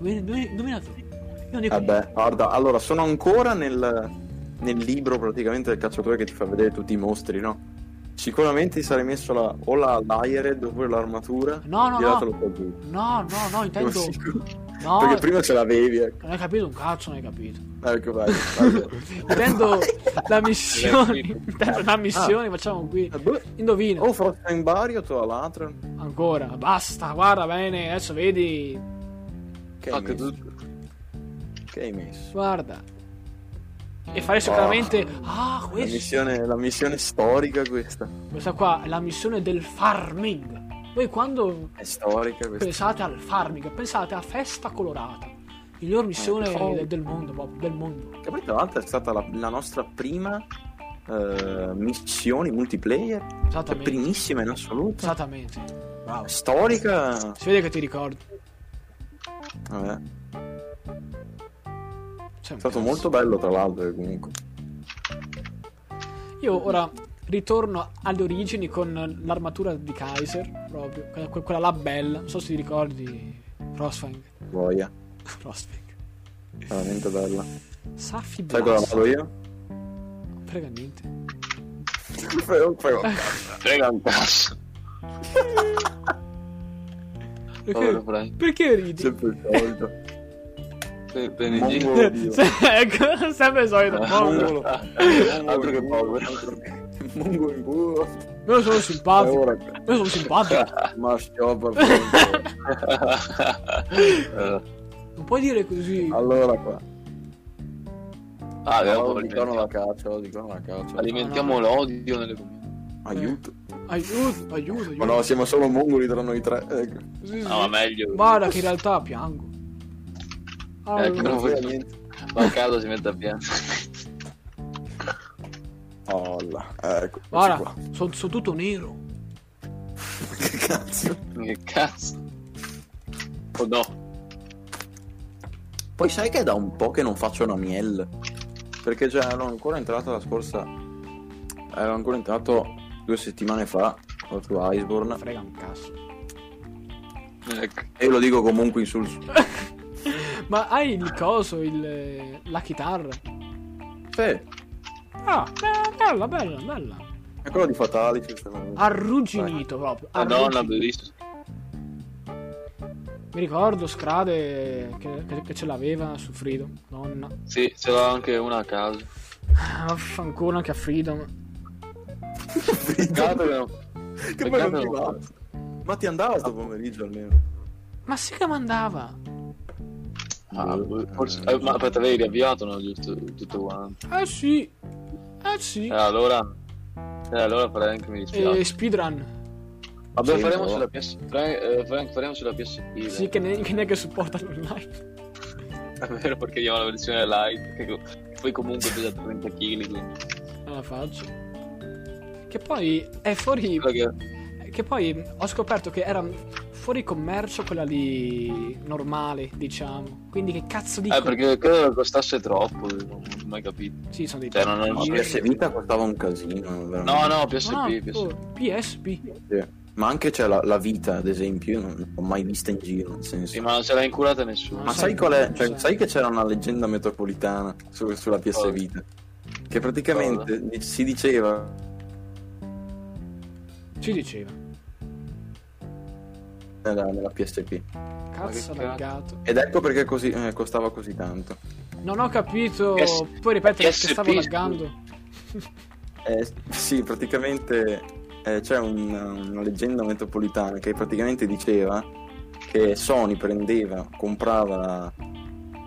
Indovina, indovina- indovina tu. Io non dico niente. Mm. Vabbè, Eh guarda, allora sono ancora nel, nel libro praticamente del cacciatore che ti fa vedere tutti i mostri, no? Sicuramente ti sarei messo la, o la Lyred oppure l'armatura. No, no, tiratelo no. qua giù. No, no, no, Sono intendo. sicuro. <laughs> No, Perché prima ce l'avevi, ecco. non hai capito un cazzo, non hai capito. Ecco, vai. vabbè. Intendo la <laughs> missione. Vai. Intendo la missione, facciamo qui. Eh, <laughs> boh. Indovina. O Frostbite Bariot o Alatron. Ancora, basta, guarda bene, adesso vedi. Che hai Ah, che messo? tu- Che hai messo? Guarda. E farei sicuramente. Ah, La questo. missione, la missione storica questa. Questa qua è la missione del farming. Voi quando È storica questa. pensate al farming, pensate a Festa Colorata, miglior missione Oh. del- del mondo, proprio, del mondo. Che poi tra l'altro è stata la, la nostra prima eh, missione multiplayer, cioè Esattamente. primissima in assoluto, Esatto. Esattamente. storica. Si vede che ti ricordi. Vabbè, È Sei un stato cazzo. molto bello tra l'altro comunque. Io ora ritorno alle origini con l'armatura di Kaiser, proprio, quella, que- quella là bella. Non so se ti ricordi Frostfang. <laughs> Voglia, Frostfang. veramente bella. Saffi Sai cosa Blast. vado io? <laughs> Non frega niente. Prego, prego. Frega un cazzo. Povero Perché, Frank. perché ridi? Sempre il solito. Pe- Benedetto. Mongolo <laughs> Dio. ecco, sempre il solito. Eh. Mongo. Mongolo. Altro che povero. Mongolo in culo. Io sono E simpatico. ora, Io sono simpatico. ma scioppa, pronto. Eh, Non puoi dire così. Allora qua. Ah, abbiamo Oh, dicono la alimentiamo- caccia, oh, dicono la caccia. alimentiamo l'odio nelle community. Aiuto. Aiuto, aiuto, aiuto. Ma no, siamo solo mongoli tra noi tre. Ecco. Sì, sì. No, ma meglio. Guarda che in realtà piango. Eh, che Allora, non frega voglio- niente. Ma a caso si mette a piangere. <laughs> Oh, là. Ecco. guarda, qua. <laughs> sono tutto nero. che cazzo. Che cazzo? Oh no. Poi sai che è da un po' che non faccio una miel. Perché già ero ancora entrato la scorsa. Ero ancora entrato due settimane fa su Iceborne. Frega un cazzo. <laughs> Ecco. E lo dico comunque in sul. Ma hai il coso, il, la chitarra? Sì. Ah, beh, bella, bella, bella. È quello di Fatality. Arrugginito proprio. Ah, Madonna, arrugginito. bellissimo. Mi ricordo Scrade che, che- che ce l'aveva su Freedom. Nonna. Sì, ce l'ho anche una a caso. Ah, Fanculo anche a Freedom. Peccato che non... che poi non ti Peccato va. non- Ma ti andava sto pomeriggio almeno. Ma sì che mandava. Ah, forse... eh, ma aspetta, avevi riavviato, no? Giusto, tutto quanto. Eh sì. Eh sì. E allora... E allora Frank mi dispiace. E speedrun. Vabbè, Sì, faremo no. sulla PS... Frank, eh, Frank, faremo sulla PSP. dai. Sì, che ne- che neanche supporta l'online. È eh, <laughs> vero, perché abbiamo la versione light, che, che poi comunque pesa 30 kg, quindi... Non Ah, la faccio. Che poi è fuori. Quello che- Che poi ho scoperto che era fuori commercio quella lì. normale, diciamo. Quindi che cazzo dico? Eh, perché credo che costasse troppo, non ho mai capito. Sì, sono dei Cioè, non- non- Ma PS Vita costava un casino. veramente. No, no, PSP, Ah, No, no, PSP. boh. oh, PSP. Sì. Ma anche c'è la, la vita, ad esempio, io non l'ho mai vista in giro, nel senso. Sì, ma non se l'ha inculata nessuno. Ma Non sai so, qual è? non Cioè, so. sai che c'era una leggenda metropolitana su- sulla PS Cosa? Vita? Che praticamente di- si diceva Ci diceva. nella, nella PSP. Cazzo Ma che laggato. Ed ecco perché così, eh, costava così tanto. Non ho capito. PS- Puoi ripetere che PSP, stavo laggando. Eh, sì, praticamente eh, c'è un- una leggenda metropolitana che praticamente diceva che Sony prendeva, comprava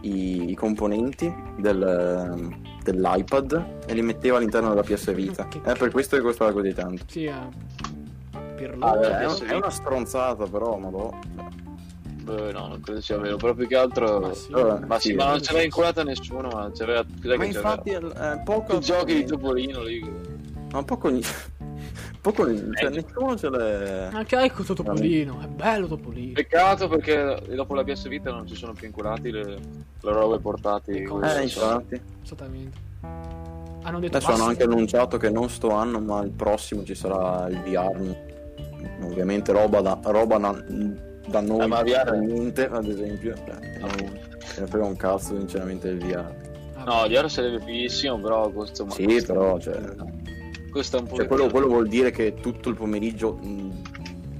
i, i componenti del, ehm, dell'iPad e li metteva all'interno della PS Vita. Che È per questo che costava così tanto. Sì, eh, per Ah, loro. beh, Cioè, è, PS un- è una stronzata, però, ma boh. Beh, Eh, no, non credo sia vero. Proprio che altro. Ma sì. Allora, Ma sì, sì. eh. ma non ce l'ha inculata nessuno, ma c'era. cos'è Ma che c'era? infatti, eh, poco. I giochi di Topolino lì. Ma poco. <laughs> poco cioè, Eh. nessuno ce l'è. Eh, Anche ecco tu, Topolino, è bello Topolino. Peccato perché dopo la PS Vita non ci sono più inculati le, le robe portate. cose. Eh, quelle- infatti. Esattamente. Hanno detto Adesso hanno basta. anche annunciato che non sto anno, ma il prossimo ci sarà il VR. Ovviamente roba da, roba da, da noi Eh, ma VR niente, ad esempio. Cioè, non- me ne frega un cazzo, sinceramente, il VR. Ah, No, di ora sarebbe fighissimo, però costa un Sì, costa- però, cioè, Costa un po'. cioè, di quello, più. quello vuol dire che tutto il pomeriggio mh,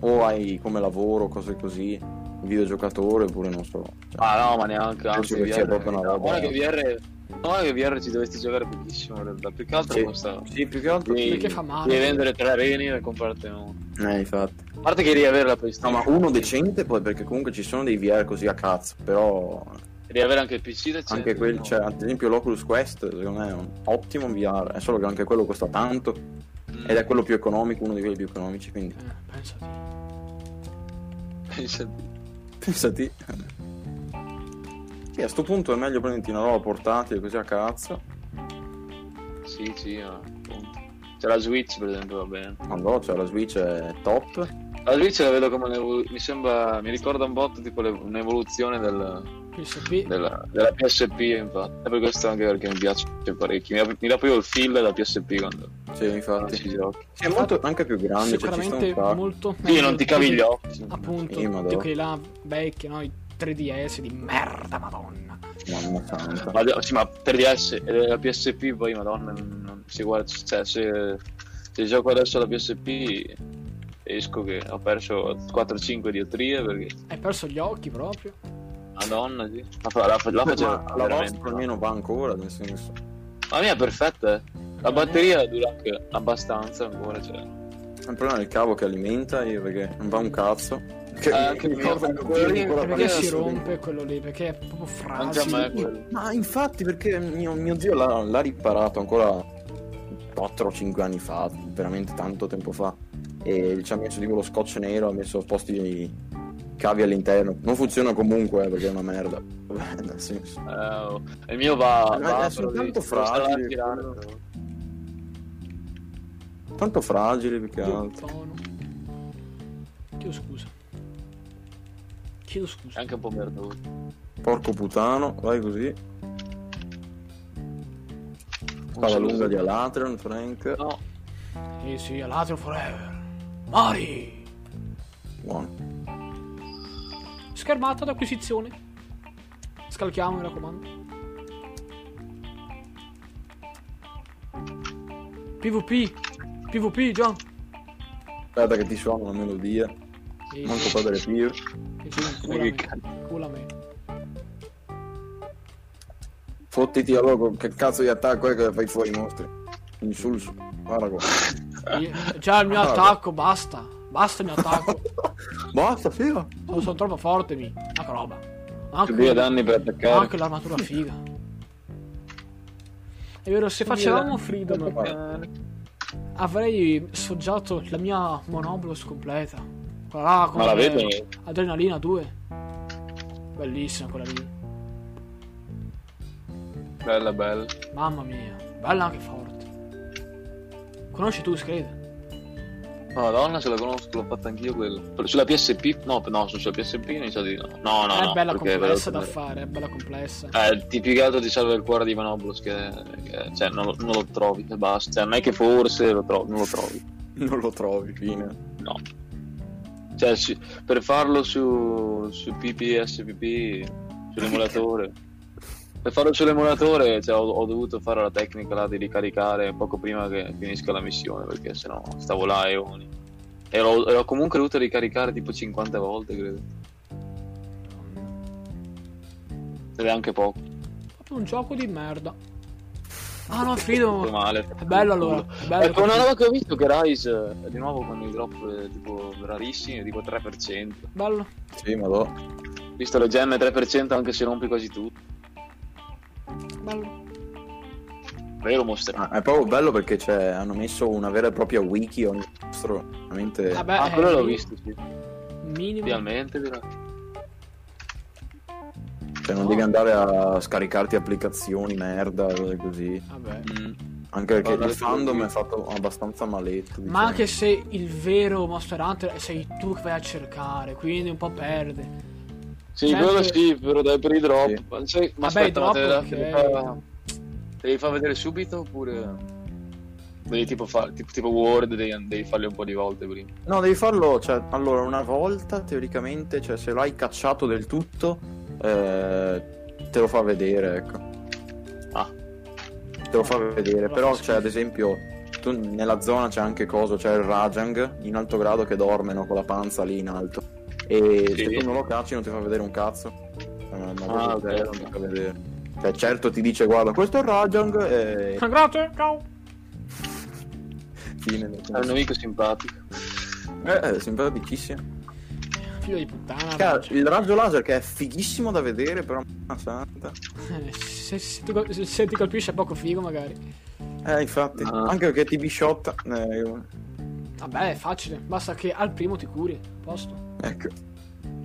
o hai come lavoro, cose così, videogiocatore, oppure non so. Cioè, Ah, Ma Ah, no, ma neanche. Anzi, Penso che sia VR, proprio una roba- Guarda che VR. No, che VR ci dovresti giocare pochissimo in realtà. Più che altro sì, costa. sì, più che altro. Devi- Perché fa male. Devi vendere tre reni e comprarti uno. Eh, infatti. A parte che riavere la No, PlayStation. ma uno decente poi, perché comunque ci sono dei VR così a cazzo, però Riavere anche il PC decente, anche quel, Certo, no. cioè, ad esempio l'Oculus Quest, secondo me è un ottimo VR, è solo che anche quello costa tanto Mm, ed è quello più economico, uno di quelli più economici, quindi <laughs> Eh, pensati. <laughs> pensate. pensati. Sì, a sto punto è meglio prenderti una roba portatile così a cazzo. Sì, sì, ma appunto. C'è la Switch, per esempio, va bene. Allora, cioè la Switch è top. La Switch la vedo come un'evo- mi sembra, mi ricorda un botto tipo le- un'evoluzione del- PSP. della, della PSP, infatti. È per questo anche perché mi piace parecchio. Mi dà, mi dà proprio il feel della PSP quando Sì, infatti. ci giochi. Sì, è molto anche più grande, cioè ci sta sicuramente un sacco. molto Sì, non ti cavi gli meglio. occhi. Eh, Appunto, Sì, madò. tutti quelli là vecchi, no? I 3DS di merda, madonna. Mamma santa. Ma, sì, ma 3DS e eh, la PSP poi, madonna, non, non si guarda, cioè, se, se gioco adesso alla PSP esco che ho perso 4-5 diotrie perché, Hai perso gli occhi proprio. madonna, sì. La, fa- la, fa- la Ma facevo Cioè, la veramente. vostra almeno va ancora, nel senso. La mia è perfetta, eh. La batteria dura anche abbastanza ancora, cioè. Il problema è il cavo che alimenta io perché non va un cazzo. Che Eh, anche il mio, ricorda quello ancora lì, quella perché palestra si lì. rompe quello lì? Perché è proprio Anche a me fragile. quello. Ma infatti perché mio, mio zio l'ha, l'ha riparato ancora 4 o 5 anni fa, veramente tanto tempo fa. E ci ha messo tipo lo scotch nero, ha messo posti i cavi all'interno. Non funziona comunque eh, perché è una merda. <laughs> Vabbè, nel senso. Eh, oh. il mio va, Ma va è soltanto però devi- fragile, devi stare là a girare. Tanto fragile più che altro. Tono. Chiedo scusa. Chiedo È scusa. anche un po' perduto. Porco putano, vai così. Spalla saluto. lunga di Alatron, Ah. Frank. No, Sì, sì, Alatrio Forever. Mari! Buono. Schermata d'acquisizione. Scalchiamo, mi raccomando. PvP. PvP, John. Aspetta che ti suona una melodia. Sì, Manco padre Pio. sì, sì, culla Che me, cazzo. culla me. Fottiti allora con che cazzo di attacco è che fai fuori i mostri? Insulso. Guarda qua. Io- Già il mio Ah, vabbè. attacco, basta. Basta il mio attacco. Basta, figa. Oh, sono troppo forte, mi. Ma che roba. Anche, due danni per Ma attaccare. anche l'armatura figa. È vero, se facevamo Freedom eh, avrei sfoggiato la mia Monoblos completa. Quella là con Ma la le- vedi? Adrenalina 2. Bellissima quella lì. Bella, bella. Mamma mia. Bella anche forte. Conosci tu, Scred? Madonna, se la conosco, l'ho fatta anch'io quello. Però Sulla PSP? No, no, sulla PSP non so di no. No, no, è no, bella perché è complessa da vero- fare, è bella complessa. Eh, ti più che altro ti serve il cuore di Manoblos che, che- cioè, non, lo- non lo trovi e basta. Cioè, non è che forse lo trovi, non lo trovi. Non lo trovi, fine. No. Cioè, sì, per farlo su, su PPSPP, <laughs> sull'emulatore. per farlo sull'emulatore cioè, ho, ho dovuto fare la tecnica là di ricaricare poco prima che finisca la missione, perché sennò stavo là e oni. E l'ho, e ho comunque dovuto ricaricare tipo 50 volte, credo. Ed è anche poco. Proprio un gioco di merda. Ah no, Freedom. Tutto male. È bello allora. È bello. Ecco, una roba che ho visto che Rise eh, di nuovo con i drop eh, tipo rarissimi, tipo 3%. Bello. Sì, ma do. Visto le gemme 3% anche se rompi quasi tutto. Bello. vero mostro. Ah, è proprio bello perché c'è- hanno messo una vera e propria wiki ogni mostro. Veramente. Vabbè, Ah, eh, quello l'ho visto, sì. Minimo. Finalmente, però. Cioè, non no. devi andare a scaricarti applicazioni, merda, cose così. Vabbè. Mm. Anche perché Guarda, il le fandom wiki. è fatto abbastanza maletto. Ma diciamo. anche se il vero Monster Hunter sei tu che vai a cercare, quindi un po' perde. Sì, Certo. quello sì, però dai per i drop. Sì. Ma, sai- ma Vabbè, aspetta, ma te, la- dopo te li che- fa, te li fa vedere subito oppure... Devi tipo, fa- tipo, tipo Word, devi, devi farli un po' di volte prima. No, devi farlo. Cioè, allora, una volta teoricamente, cioè, se l'hai cacciato del tutto, eh, te lo fa vedere, ecco. Ah. Te lo fa vedere. Lo Però, fa schifo. cioè, ad esempio, tu nella zona c'è anche cosa, c'è il Rajang in alto grado che dormono con la panza lì in alto. E Sì. se tu non lo cacci non ti fa vedere un cazzo. Eh, Ma, ma Ah, cosa c'è? ok. non ti fa vedere. Cioè, certo ti dice guarda, questo è il <laughs> Rajang e Grazie, ciao. fine. È un amico simpatico. Eh, sembra vicissimo. Figlio di puttana. Cara, Cioè, il raggio laser che è fighissimo da vedere, però. mamma Santa. Eh, Se, se ti, col- se- se ti colpisce è poco figo magari. Eh, infatti. Ah. Anche perché TB Shot. eh, Vabbè, è facile. Basta che al primo ti curi. Posto. ecco.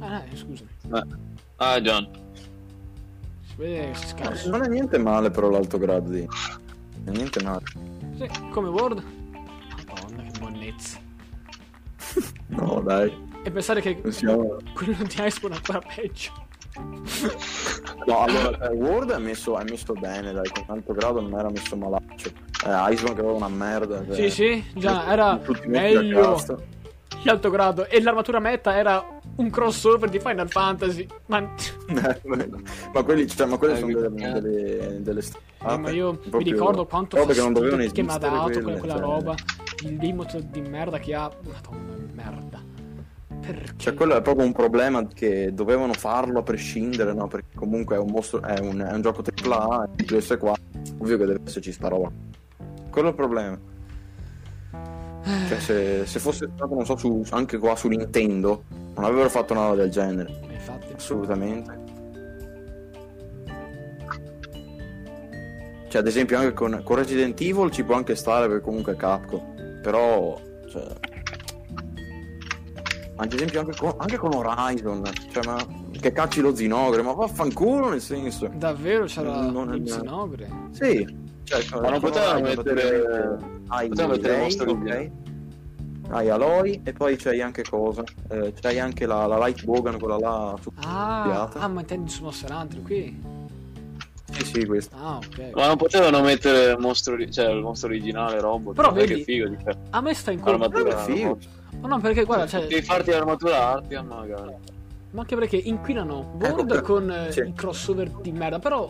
Ah, eh, scusami. Ah, John. Si vede che si Eh, scherza. Non è niente male, però, l'alto grado lì. Non è niente male. Sì, come Word. Madonna, che bonnezza. No, dai. E pensare che non siamo- quello di Iceborne è ancora peggio. No, allora, eh, Word è messo, è messo bene, dai. Con alto grado non era messo malaccio. Eh, Iceman che era una merda. cioè, Sì, sì, già era tutti messi a meglio <laughs> cazzo. l'alto grado. E l'armatura meta era un crossover di Final Fantasy. Ma, Eh, ma quelli, cioè, ma quelle sono delle, delle, delle Eh, stupate. ma io mi Ah, Proprio ricordo quanto robe che non fastidio dovevano che mi ha esistere dato quelle, quella, quella cioè. roba. Il limito di merda che ha. Madonna, merda. Perché? Cioè, quello è proprio un problema che dovevano farlo a prescindere, no? Perché comunque è un, mostro, è un, è un gioco AAA, è PS4, ovvio che deve esserci sta roba. Quello è il problema. Cioè, se, se fosse stato, non so, su- anche qua su Nintendo, non avrebbero fatto una roba del genere. Eh, Infatti. Assolutamente. Cioè, ad esempio, anche con, con Resident Evil ci può anche stare, perché comunque è Capcom. Però, cioè... Ad esempio, anche con, anche con Horizon, cioè, ma che cacci lo zinogre, ma vaffanculo nel senso. Davvero c'era Non- non è il vero. Xenogre? Sì, cioè, Ma non potevano mettere... Hai potevano mettere Aloy, Monster ok? Hai Aloy e poi c'hai anche cosa? Eh, c'hai anche la, la Light Bogan, quella là. su- Ah, Spiata. ah, ma intendi su Monster Hunter qui? Sì, sì, questa. Ah, ok. Ma non potevano mettere il mostro, ori- cioè, il mostro originale robot. Però Guarda vedi- Che figo di fare A me sta in culo. Ma... l'armatura. Quello è figo. robot. no, perché guarda, cioè, Devi farti l'armatura Artian magari. ma anche perché inquinano Ecco, World però- con eh, sì. il crossover di merda. Però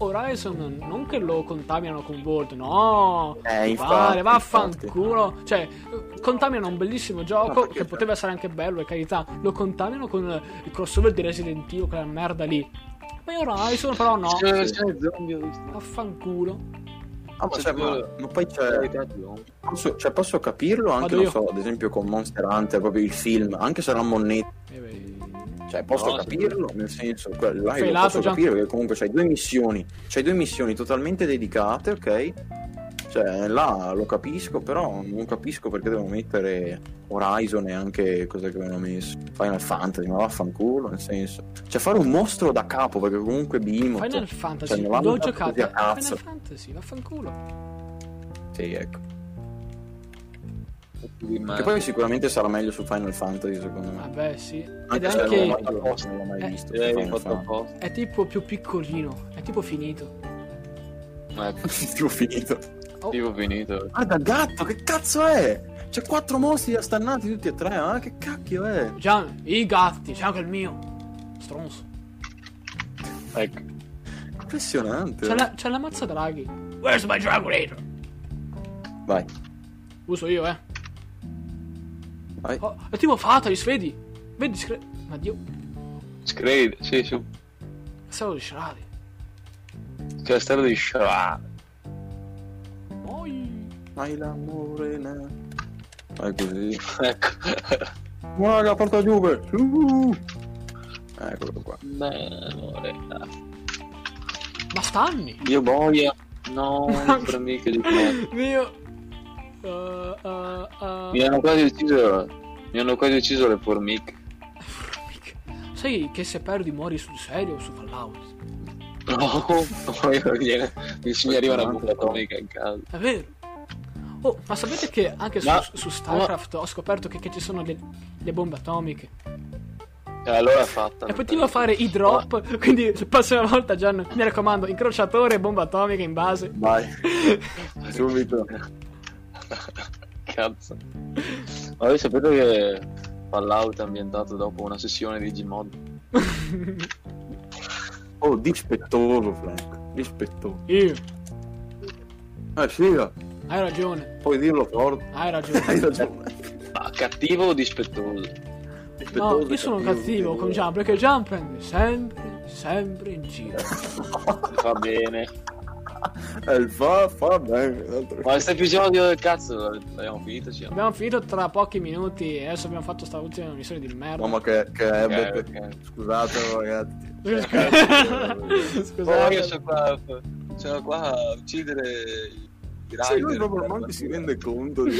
Horizon non che lo contaminano con World, no. Eh, Mi infatti, pare, infatti. vaffanculo. Cioè, eh, contaminano un bellissimo No, gioco perché- che poteva essere anche bello, per carità. Lo contaminano con eh, il crossover di Resident Evil, quella merda lì. Ma Horizon, però no. C'è la versione zombie, ho visto. Vaffanculo. Ah, ma, Cioè, cioè, tipo- ma- ma poi c'è. Cioè, Posso, cioè, posso capirlo anche, Vado non io. so, ad esempio con Monster Hunter, proprio il film, anche se era moneta. Eh beh, Cioè, posso No, capirlo, nel senso, quello là io lo Felato posso già. capire, perché comunque c'hai due missioni, c'hai due missioni totalmente dedicate, ok? Cioè, là lo capisco, però non capisco perché devono mettere Horizon e anche cosa che avevano messo. Final Fantasy, ma vaffanculo, nel senso. Cioè, fare un mostro da capo, perché comunque Behemoth... Final cioè, Fantasy, ne vanno l'ho tanto giocato. così a Final cazzo. Mm. Fantasy, vaffanculo. Sì, ecco. Che poi sicuramente sarà meglio su Final Fantasy, secondo me. Vabbè, sì. Ed Anche è se anche- non l'ho mai giocato, non l'ho mai eh, visto. Eh, Final mi hai fatto Fantasy. apposta. è tipo più piccolino, è tipo finito. Ecco, Sì, <laughs> ho finito. Oh, tipo finito. Guarda, Ah, gatto, che cazzo è? C'è quattro mostri astannati tutti e tre, ah, che cacchio è? Gian, i gatti, c'è anche il mio. Stronzo. Ecco. Impressionante. C'è la, c'è la mazza draghi. Where's my dragon Eater? Vai. Uso io, eh. Vai. Oh, è tipo Fatalis, vedi? Vedi, scre- Ma dio, Scrade, sì, su. stavo di Shradi. Castello di Shra. Oi. Vai l'amore, no. Vai così. <laughs> Ecco. Raga, porta giù, per- Uh! Eccolo qua. Beh, amore. Ma stanni. <laughs> Io boia. No, per mica di più. Mio. Uh, uh, uh. Mi hanno quasi ucciso. Mi hanno quasi ucciso le formiche. Sai che se perdi muori sul serio su Fallout? No, <laughs> poi viene- mi arriva una bomba atomica in casa. È vero. Oh, ma sapete che anche su, Ma- su StarCraft ho scoperto che, che ci sono le, le bombe atomiche. E Eh, allora è fatta. E potevo fare i drop, quindi la prossima volta Gian, mi raccomando, incrociatore, bomba atomica in base. Vai, <laughs> subito. Cazzo. Ma voi sapete che Fallout è ambientato dopo una sessione di Gmod? Oh, dispettoso, Frank. Dispettoso. Io, Eh sì, eh, hai ragione, puoi dirlo forte. hai <laughs> Hai ragione. ragione. Ma cattivo o dispettoso? No, Dispettoso, io sono cattivo con Gian perché Gian prende sempre, sempre in giro. Va bene. Eh, fa, fa bene. d'altro- Ma questo episodio del cazzo l'abbiamo finito, sì. Abbiamo finito tra pochi minuti e adesso abbiamo fatto sta ultima missione di <laughs> merda. Mamma che, che è Ok, Beppe. ok. Scusate ragazzi. Oh, io Scusate. sono qua, sono qua a uccidere i rider. Sì, lui proprio manco si rende conto di...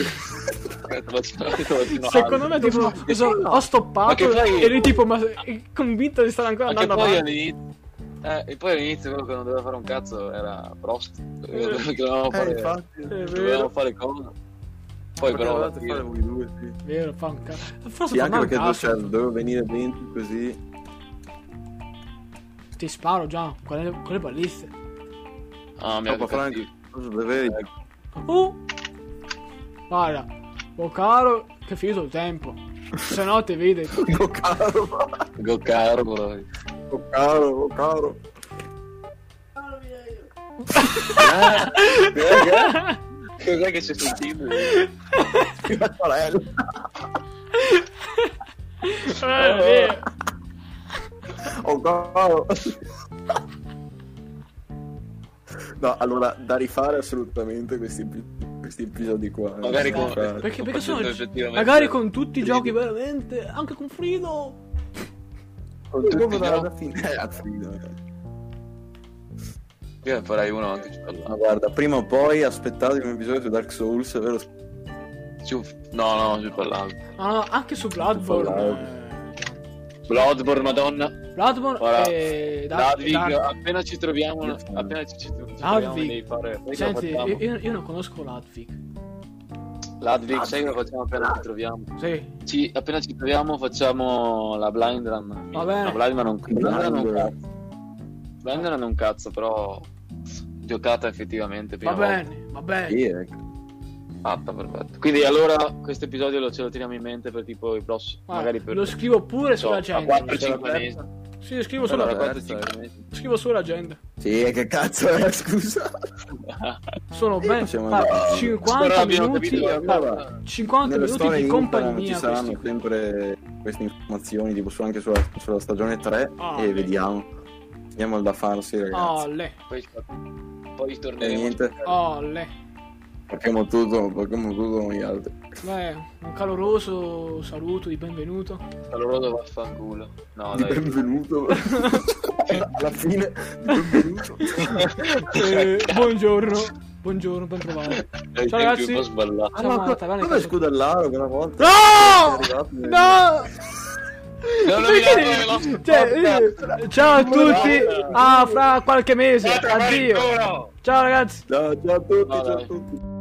Secondo me tipo Ma che so- fai? ho Ma che stoppato fai? e lui tipo ma è convinto di stare ancora Anche andando poi avanti. all'inizio... Eh, e poi all'inizio quello che non doveva fare un cazzo era Prost. Perché dovevamo Eh, fare, infatti. È dovevamo vero, fare cosa. Poi però... alla Potevate fine- fare voi due, sì. è vero, fa un cazzo. Forse Sì, fa anche male un perché dove- cazzo. cioè, dovevo venire dentro così. Ti sparo già con le, con le baliste. Ah, mi ha Papa Franco, cattivo. cosa dovevi? Uh! Guarda, oh caro, che è finito il tempo. Se no ti vedi. Eh, Cocaro, Goccaro, però. cocaro, cocaro. Eh, Cos'è che c'è sul team? Sorella. Eh, eh. Oh, cocaro. No, allora, da rifare assolutamente questi, questi episodi qua. eh. Magari con- Cioè, Perché, perché Sto sono facendo effettivamente- magari con tutti i giochi veramente, anche con Frido. con tutti tutto i da- giochi. alla fine. Eh, alla fine. Io ne farai uno anche su Fallout. Ma guarda, prima o poi aspettatevi un episodio su Dark Souls, è vero? Su... No, no, su Fallout. No, no, Ah, anche su Bloodborne. Fallout. Bloodborne, madonna. eh, Bloodborne eh. Ora, e Dark- Ludwig, eh, Dark- appena ci troviamo, appena ci, ci troviamo, Ludwig. devi fare. Sai Senti, cosa facciamo? io, io- io non conosco Ludwig. Ludwig, sai cosa facciamo appena ci troviamo? Sì. Ci- appena ci troviamo, facciamo la blind run. Va bene. La blind run non, blind run non Blind cazzo. Blind run non cazzo, però giocata effettivamente prima Va bene, va bene. Sì, ecco. volta. fatta perfetto quindi allora questo episodio lo ce lo teniamo in mente per tipo i prossimi Guarda, magari per Ah, Lo scrivo pure sulla so, a gente. 4-5 mesi Sì, lo scrivo Allora, sulla, Allora, 4-5 mesi <laughs> scrivo sulla gente. Sì, eh, che cazzo è, scusa. Eh. Sono ben possiamo guarda, andare. 50 abbiamo minuti, capito, guarda, 50 nelle minuti storie di Instagram ci compagnia. questi saranno sempre queste informazioni tipo su- anche sulla, sulla stagione 3 Ah, e ok. vediamo vediamo il da farsi ragazzi Olle, poi, poi e torneremo niente olle. facciamo tutto facciamo tutto con gli altri Beh, un caloroso saluto di benvenuto. <laughs> allora dove vaffanculo no di dai benvenuto alla fine di benvenuto Eh, buongiorno, buongiorno, ben trovato. Dai, Ciao, tempi ragazzi. un po' sballati. Siamo ma andati avanti, come cazzo. scudellaro quella volta No! È arrivato nel- No! Non lo Perché vedo, non devi- lo so. cioè, eh, ciao a tutti, Guarda. a fra qualche mese. Guarda, guarda il Addio. culo. Ciao ragazzi. No, ciao a tutti No, ciao a dai. tutti